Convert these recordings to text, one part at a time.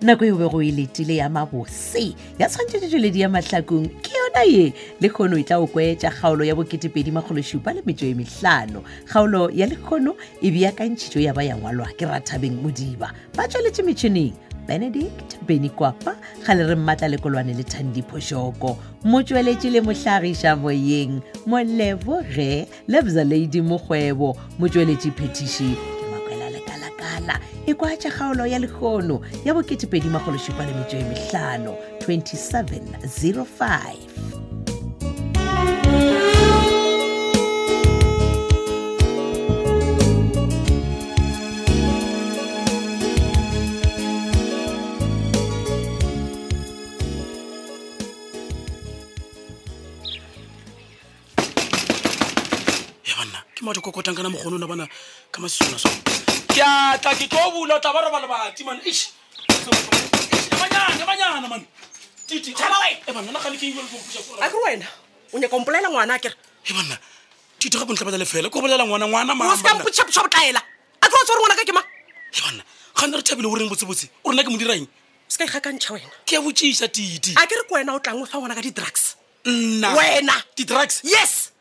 nako e bego e letile ya mabose ya tshwantšhetše tšweledi ya mahlakong ke yona ye le kgono e tla o kweetša kgaolo ya bo2edimagolosupa le metso e mehlano kgaolo ya lekgono e beakantšhitšo ya ba ya ngwalwa ke rathabeng modiba ba tšweletše metšhineng benedict benikwapa ga le re mmatla lekolwane le thandiphošoko motsweletši le mohlagiša moyeng moleboge lebzaladi mokgwebo motsweletši phetiši ke makwela lekala-kala e kwa tša kgaolo ya lekgono ya bo2edimagolosupa le metšo e mehlano 2705 ya banna ke matho kokotankana mokgono na bana ka masesona so ke atla ke tlo bula o tla ba roba lebati man Eish. Eish, banyane banyane man titi eh, e banna na gale ke ile go puša a kere wena o nyaka ompolela ngwana a kere e banna tite gape ntlha batla lefela ko bolela ngwana ngwana o se ka mabanna mpotšapotša botlaela a kere o tse gore ngwana ka ke ma e banna ga nne re thabile o reng botsebotse o rena ke mo dirang o se ka ikgakantšha wena ke ya botsiša tite a kere ke wena o tlang o fa ngwana ka di-drugs nna wena di-drugs yes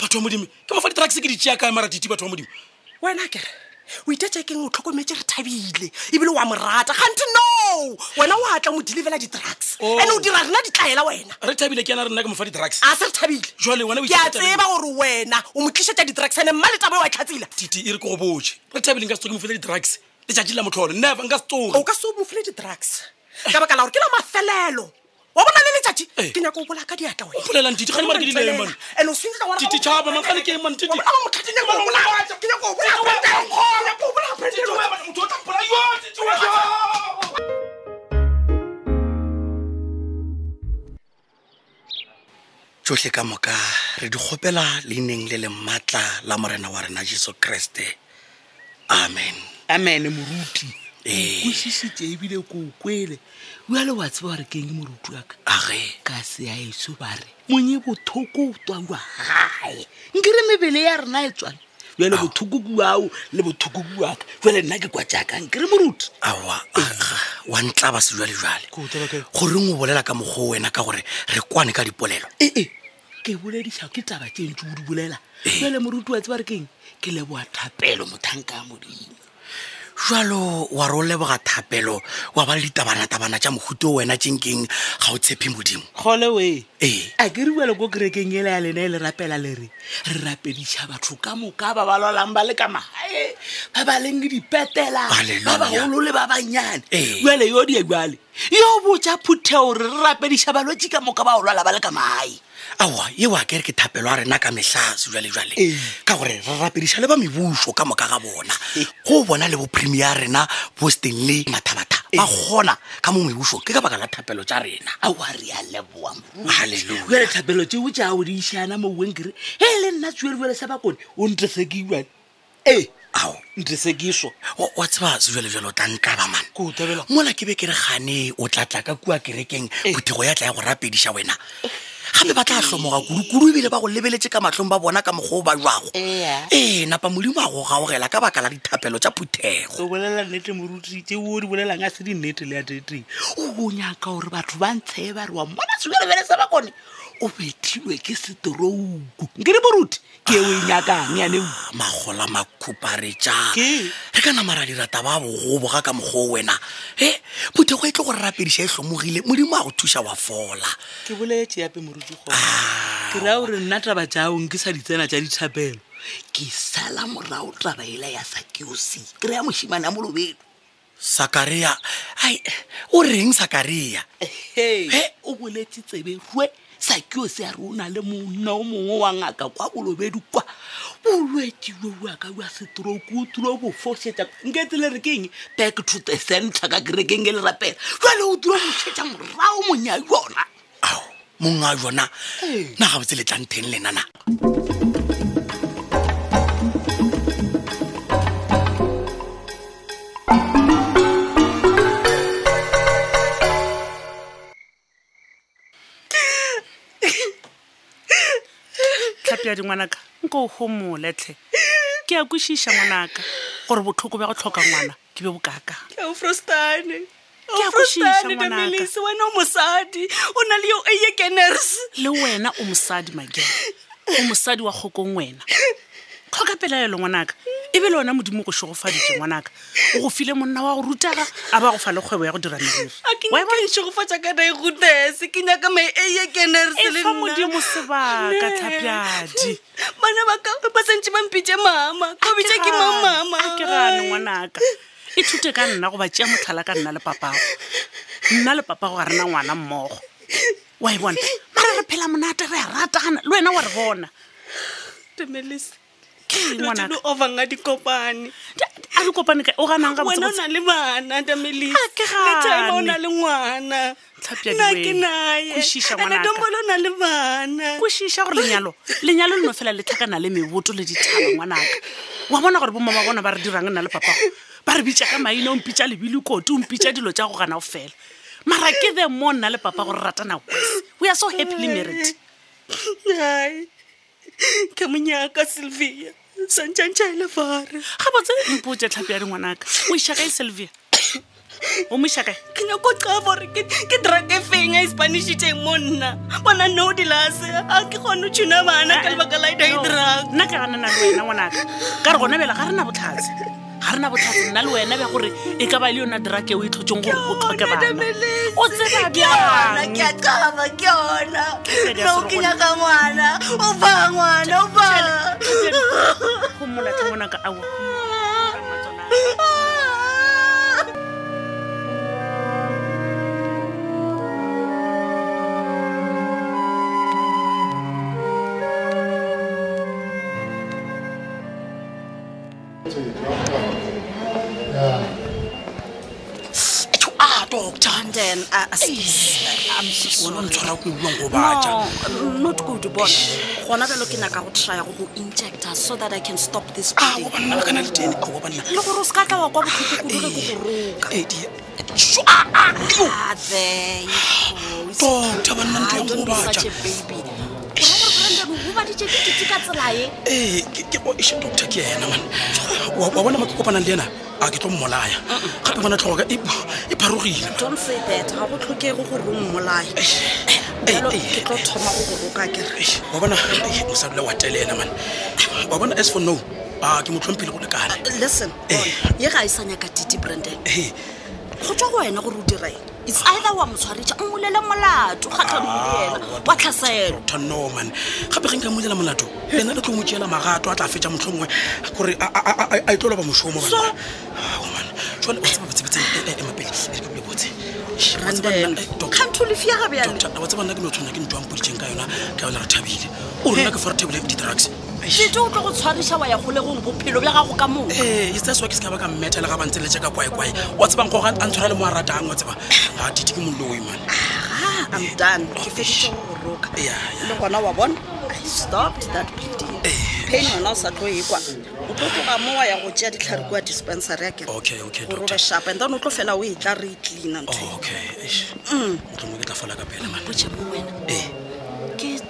batho ba modimo ke mofa di-drugs ke di tšea kae mara tite batho ba modimo wena a kere o itetse keng o tlhokometse re thabile ebile wa mo rata gante no wena o a tla mo delivela di-drugs Oh. and o dira rena ditlaela wena re thabile ke yana re nna ke mofa di-drugs a se re thabile jale wena o ke a ithatela eng? tseba gore wena o mo tlisetša di-drugs ane mma letabo wa tlhatsela tite e re ko go boje re thabile nka se tsoke mo fela di-drugs letšatši la motlholo never nka se o tsoge ka se o mofile di-drugs ka baka la gore ke la mafelelo wa bona le letšatši Eh. ke nyaka o bola ka diatla O mpolelang, Titi, kgane mare ke di neng, man? and o sentle ngwana ka Titi, mo- tšhaba, man, kgane ke eng, man, Titi? Wa bolaya motho, ke nyaka o bolaya- ke nyaka o bolaya Brendan, ke nyaka o bolaya Brendan. tsotlhe ka moka re di kgopela leineng le le maatla la morena wa rena jesu kreste amen amene moruti Eh. ee kwešišitše ebile ko o kwele oale wa tseba gore keng moruti wa ka age ka seaeso ba re monye bothoko o tswa jwa gae nke re mebele ya rena e tswane jale bothoko kuao le bothoko kuaka jale nna ke kwa jaaka nke re moruti aa wa ntlaba sejwalejwale Ke o taba kae? goreng o bolela ka mokgwa o wena ka gore re kwane ka dipolelo ee Eh, ke bolediša ke taba tše ntse o di bolela jale moruti wa tseba re keng ke leboa thapelo mothanka a modimo jalo wa re o leboga thapelo wa ba le ditabanatabana tša mohuto o wena tšenkeng ga o tshepe modimo kgole wee ee a ke riwale ko kerekeng ele ya lena e le rapela le re re rapediša batho ka moka ba ba lwalang ba le ka magae ba ba leng le dipetela Hallelujah. ba bagolo le ba bannyane Eh. jale yo dia jale yo botja phutheo re re rapediša balwetse ka moka ba o lwala ba le ka magae aowa yeo a kere ke thapelo a rena ka mehla sejwalejwale Ee. ka gore re rapediša le ba mebušo ka moka ga bona Ee. go bona le bopremi ya rena boston le mathabata Ee. ba kgona ka mo mebušo ke ka baka la thapelo tša rena aowa re a leboa moruti. Hallelujah. jale thapelo tseo tša o di išana mo wenkere e le nna tsuelebjale sa bakone o ntese ke iwane ee ao ntese ke so wa- wa tseba sejwalejwale o tla ntlaba mane Ke o thabela. mola ke be ke re gane o tla tla ka kua kerekeng Ee. bothego ya tla ya go rapediša wena gape ba tla tlhomoga kudu-kudu ebile ba go lebeletse ka matlhong ba bona ka mokgwa o ba jwago Ea. ee napa modimo a go gaogela ka baka la dithapelo tša o phuthego Eh, bolela nnete moruti tse o di bolelang a se di nnete le ya teteng o o nyaka gore batho ba ntshee ba re wa mmona seberebele sa bakone o betlilwe ke seterouku nke le moruti ke e o e nyakang yaneo magola makhuparetša Ke? re ka namara dirata ba bogoboga ka mokgwa o wena e mothego e tle gore rapediša e tlhomogile modimo a go thuša wa fola ke boletse yape moruti go Ah, ke raya gore nna taba jaong ke sa di tsena tša dithapelo ke sala morago taba ela ya sakeosi ke reya mošimane a molobelo sakaria ai o reng sakaria he o boletse tsebe rue sakio se a re o na le monna o mongwe wa ngaka kwa bolobedu kwa bolwetiwe oaka oa setroke o tulo bofosetsa nketse le re keng back to the center ka kerekeng e le rapela jale o tulo mosetsa morago monya yona ao monga jona Ee. na gabotse letlantheng lenana tlhapi ya dingwanaka nko o gomoletlhe ke a kwešiša ngwanaka gore botlhoko bja go tlhoka ngwana ke be bokakang Ke o frostane o ke a kwešiša ngwanaka demelese wena o mosadi o na le yo aye keners le wena o mosadi makena o mosadi wa kgokong wena tlhoka pelaelo ngwanaka e be le wena modimo go šogofaditše ngwanaka o go file monna wa go rutaga a ba go fa le kgwebo ya go dira meriri a Wa e bona? kenšogofatša ka daigutese ke nyaka mae aye keners e fa modimo sebaka tlhapjadi bana ba ka ba santse ba mpitše mama ko bitše ke mamama ke gane ngwanaka e thute ka nna go ba tšea motlhala ka nna le papago nna le papago ga rena ngwana mmogo wa e bona mara re phela monate re a ratana le wena wa re bona temelese Ke eng lotse ngwanaka le ovanga dikopane a re kopane ka o ganang ka wena o botsebotse na le bana tamelese Ha, ke le time o gane. na le ngwana Tlhapi ya na diweng. ke naye Kwešiša ena ngwanaka. dombolo o na le bana kwešiša gore lenyalo lenyalo leno fela le tlhakana le meboto le dithaba ngwanaka wa bona gore bomma ba bona ba re dirang nna le papago ba re bitša ka maina o mpitša lebile koti o mpitša dilo tša go gana go fela mara ke the mo nna le papago re ratana wes we are so happily married ai ke monyaka sylvia santšhantšhaele fare gabotse mpotse tlhapi ya dingwanaka o iša kae sylvia o mo iša kae ke nyako qabo gore ke ke drug e feng a ispanishiteng mo nna bona no dilase a ke kgone ho tuna bana ka lebaka la ida e drug nna ke ganana le wena ngwanaka ka re gona bela ga rena botlhatse ga rena botlhatse nna le wena bja gore e ka ba le yona drake o e tlhotseng gore o tlhoke bana o tseba ke yona ke a bjang qaba ke yona Ke ya no ke serogwana. nyaka ngwana o ba ngwana o ba go molathe ngwanaka ao Atjho, ah doctor London a o ntshwara ko uwang go baja not good bona gona bjalo ke nyaka go trya go go injecta so that i can stop this a bleeding. wa banna lekana le tene a wa banna le gore o se ka tla wa kwa botlhoko kudu ke go roka Edi, atjho, ah, ah, yo, athe doctor banna ntho yang go baja obaditse ke tite ka tselae ee ke- ke- o- eish, doctor ke ena man wa wa bona ma ke kopanang le ena a ke tlo mmolaya gape bona tlhogoka e e pharogile don't say that ga go tlhokego gore o mmolae Ei, jalo ei, ke tlo thoma go go roka kere Eish, wa bona eh, ei, mosadi le wa telela man wa bona as for no a ke motlhomphile go lekane listen Eh. bona, ye ga e sa nyaka tite branden Ee, go tswa go wena gore o direng its either wa motshwaretša o molele molato kgatlhano le Ah, ena wa tlhaselo doctor no man gape ge nka moela molato ena le tlo mo tseela magato a tla fetsa motlho mongwe gore a- a- a- a- a e tlo loba mošomo So- jale wa tseba e, botsebetsengmapele le botse Eish, wa tseba nna- branden eh, doctor- kgantho lefia gabjale doctor, wa tseba nna ke no tshwenya ke ntho ampoditseng ka yona ka yona re thabile o rona ke fa re thabile di-drugs tite o tlo go tshwariša wa ya golegong bophelo bja gago ka moka ee etsaswa ke Eh, e se ka ba ka mmetele ga bantse le jeka kwaekwae wa tsebang goga a ntshwara le mo a ratang wa tseba a dite ke moloi man Ah, I'm done. Ke feditse go roka. Yeah, yeah. Le Eh, gona wa bona? I stopped that bleeding. Pain yona o sa tlo e kwa. O tlo tloga mo wa ya go tšea ditlhare kua dispensary ya kere. Okay, okay, Gore o doctor. Oh, be sharp and then o tlo fela o e tla re e cleana ntho. e. okay Mm. motlhomo ke tla fola ka pele man Botše mo wena. ee Ke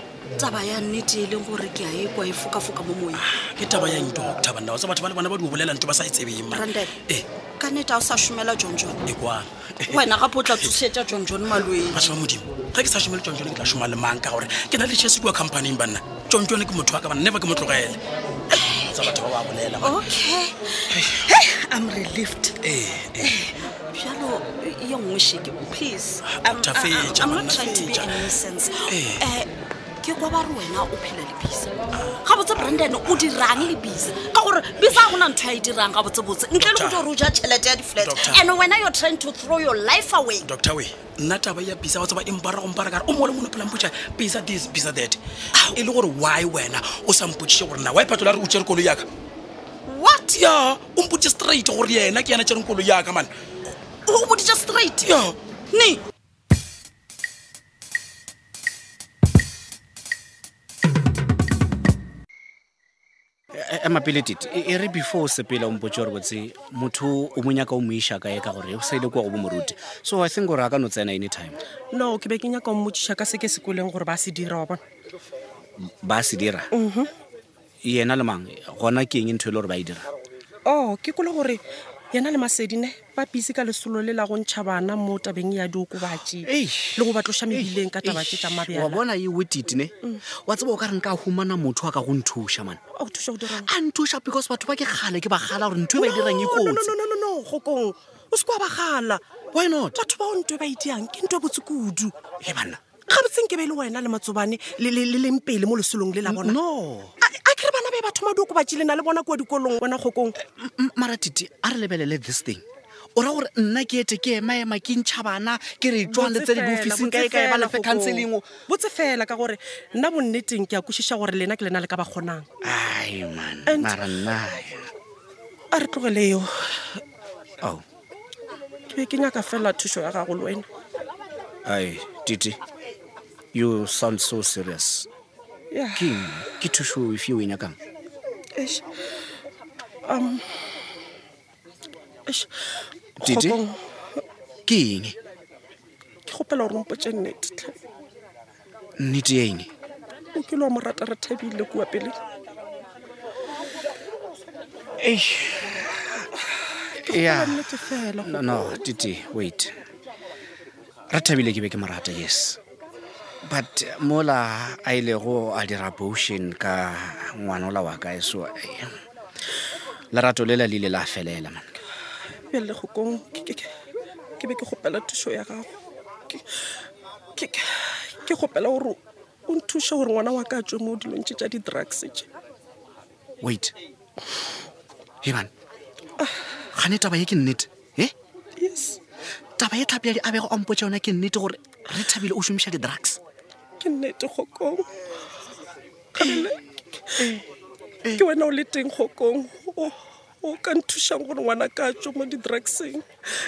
taba ya nnete e leng gore ke a e kwa e fokafoka mo moyeng. Ah, ke taba yang doctor banna wa tsa batho ba le bona ba di o bolelang to ba sa e tsebeng man Brandon. ee Ka nnete ga o sa šomela John John. e kwang Wena gape o tla tsosetša John John malweng. batho ba modimo ga ke sa šome le tsontsone ke tla šoma le mang ka gore ke na le chese kua companyng banna tsontsone ke motho wa ka banna never ke mo tlogele Eh, tsa batho ba ba bolela Oh. man. Okay. Hey, I'm relieved. Eh, ee ee bjalo ye nngwe sheke please I'm- Tha I- I- fetša, i'm not manna, trying to be a fetša. nuisance Eh. Eh, ke kwa ba re wena o phela le bisa Ah. gabotse branden o dirang le bisa ka gore bisa ga gona ntho ya e dirang gabotsebotse ntle le go Doctor. di gore o ja tšhelete ya di-flat Doctor. and wena you're trying to throw your life away doctor we nna taba ya bisa wa tseba empara gompara kare o mole mone pelangpotša bisa this bisa that e le gore why wena o sa mpotsiše gore na wy phetola re utšere kolo yaka what ya o mpotse straight gore yena ke yana tšereng kolo yaka man o boditša straight ya ne ema pele tite e e re before o sepela ompotse gore botse motho o monyaka o moiša kae ka gore o sa ile kwa go bo moruti so i think gore a ka no tsena anytime no ke be ke nyaka mmotšiša ka se ke sekoleng gore ba se dira wa bona ba se dira yena le mang gona ke eng ntho e le gore ba e dira o ke kole Oh, gore yena le masedine ba pisi ka lesolo le la go ntšha bana mo tabeng ya diokobatše Ei. le go batloša mebileng ka tabatše tša wa mabjala bona e wetitine wa tseba o ka re nka humana motho a ka go nthuša man o thuša go dirang a nthuša because batho ba ke gale ke bagala gore ntho e ba e dirang e kotsi nonononono gokong o se kwa bagala why not batho bao nto e ba ideang ke nto e botse kudu le banna ga botseng ke be e le wena le matsobane le le- le leng pele mo lesolong le la bona no a a ke re bana be batho madokobatše le na le bona kua dikolong bona kgokong M- mara tite a re lebelele this thing o ra gore nna ke ete ke emaema ke ntšha bana ke re e tswang le tse di diofising kae kae ba lefe counselingo botse fela ka gore nna bonneteng ke a kwešiša gore lena ke lena le ka ba kgonang ai man And- mara nna a re tlogele eo oh ke be ke nyaka fela thušo ya gago le wena ai tite you sound so serious Yeah. ke eng? ke thuso efe o e nyakang Eish. Um, eish. Didi? Kgokong, ke eng ke gopela gore mpotse nnete tlhe. nnete ya eng o kile wa morata re thabile kua pele Yeah. nnete fela no no, titi wait re thabile ke be ke morata yes but uh, mola a ilego a dira botion ka ngwanola wa kae so eh, lerato lela le ile la felela man bjale kgokong ke- ke- ke be ke gopela thušo ya gago Ke- ke- ke ke gopela gore o nthuše gore ngwana wa ka a tswe mo dilong tse tša di-drugs tše wait heban gane taba ye ke nnete e yes taba ye tlhapi ya di abego a mpotsa yona ke nnete gore re thabile o šomiša di-drugs ke nnete kgokong gaele ke wena o le teng kgokong o o ka nthušang gore ngwana ka tso mo di-drugseng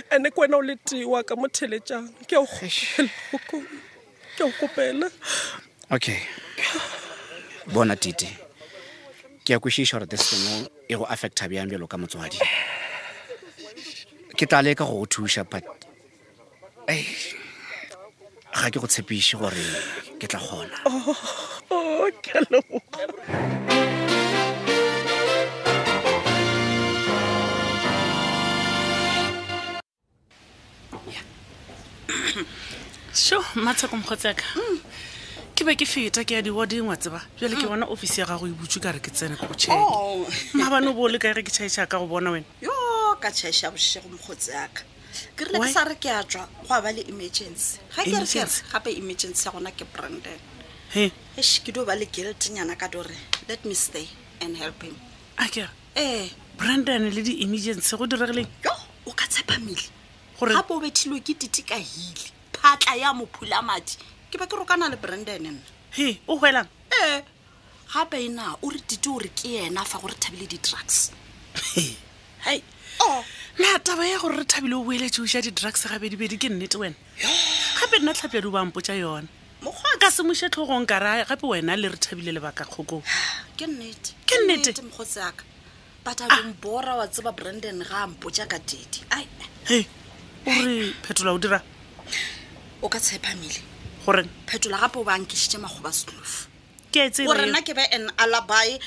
and-e ke wena o le tee wa ka mo theletšang ke a o gopela kgokong ke a o gopela okay bona tite ke ya kwešiša gore this thing e go affecta bjang bjalo ka motswadi ke tla leka go go thuša but ei, ga ke go tshepiše gore ke tla kgona Oh, o ke a leboga sho matsheko mokgotseka Mm. ke be ke feta ke ya diwodingwa tseba jale ke bona office ya gago e butse ka re ke tsene ko cheke Oh. maabane o bo o le kae re ke chaeša ka go bona wena yo ka tšhaša bošego mokgotsi aka ke rile Why? ke sa re ke a tswa go a ba le emergency ga ke re ke re Emergency? gape emergency ya gona ke branden he esh ke dio ba le guiltnyana ka dore let me stay and help him akere ee Eh. brandon le di-emergency go diregileng yo o ka tshepa mmele Gore- gape o bethilwe ke tite ka hile phatla ya mophula madi ke be ke rokana le branden nna he o hwelang ee gape ena o re tite o re ke ena fa gore thabile di-drugs hai o na taba ya gore re thabile o boeletse o ja di-drugs gabedibedi ke nnete wena gape nna tlhapjadi o bampotsa yona mokgwa ka semoše tlhogong ka raya gape wena le re thabile lebaka kgokong ke nnete Ke nnete. Ah. mokgotsi aka but a dombora wa tseba branden ga a mpotsa ka tedi ai he o re phetola o dira o ka tshepamele goreng phetola gape o bankešitše magoba setlofu ke a e tsela gore eo? nna ke be an alabi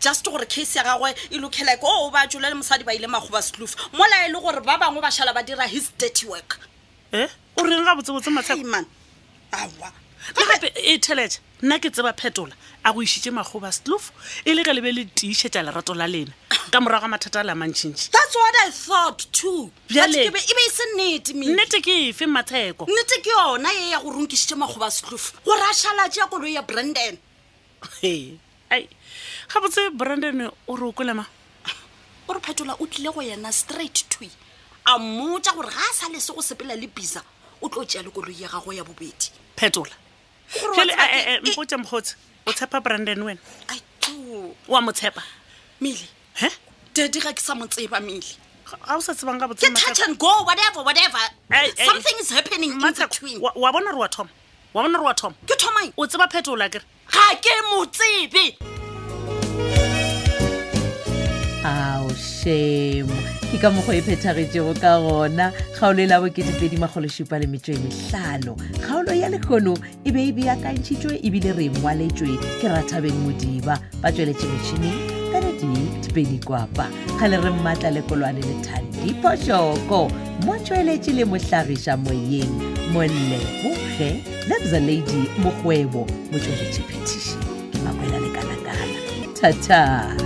just gore case ya gagwe e lokelike o o ba tsole le mosadi ba ile magoba setlofu mola e le gore ba bangwe ba šhala ba dira his dirty work Eh? o reng ga botsebotse matsheko iman aa le gape e thelete nna ke tseba phetola a go išitše magoba sloof e le ka lebe le tiišetša lerato la lena ka morago ga mathata a le amantšhintši that's what i thought too But Bjale- ke be e be e se nnete Mimi. nnete ke efe matheko nnete ke yona ye ya go ronkišitše magoba setlofu gore a šhalatše ya koloi ya branden He. ai ga botse branden o re o kolema gore phetola o tlile go yena straight to a mmotsa gore ga a sa lese go sepela le bisa o tlo tšea le koloi ya gago ya bobedi phetola Gore wa pele tseba ke- e- mpotse eh, mokgotse o tshepa branden wena ai to o a mo tshepa mele he dadi ga ke sa mo tseba mele ga ga o sa tsebang ka botse ke touch and go whatever whatever Ai, ai. something is happening in between wa wa bona re wa thoma wa bona re wa thoma ke thomang o tseba phetola kere ga ke mo tsebe ao shemo ke ka mokgwa e phethagetšego ka gona kgaolo e la boketepedi magolosupa le metso e mehlano kgaolo ya lekgono e be e beakantšhitšwe ebile re ngwaletšwe ke rathabeng modiba ba tsweletše metšhineng benedict pedi kwapa ga le re mmatla lekolwane le thandiphošoko mo tšweletše le mohlagiša moyeng moleboge lebza lady mokgwebo motšweletše phetiši ke makwela lekalakala thata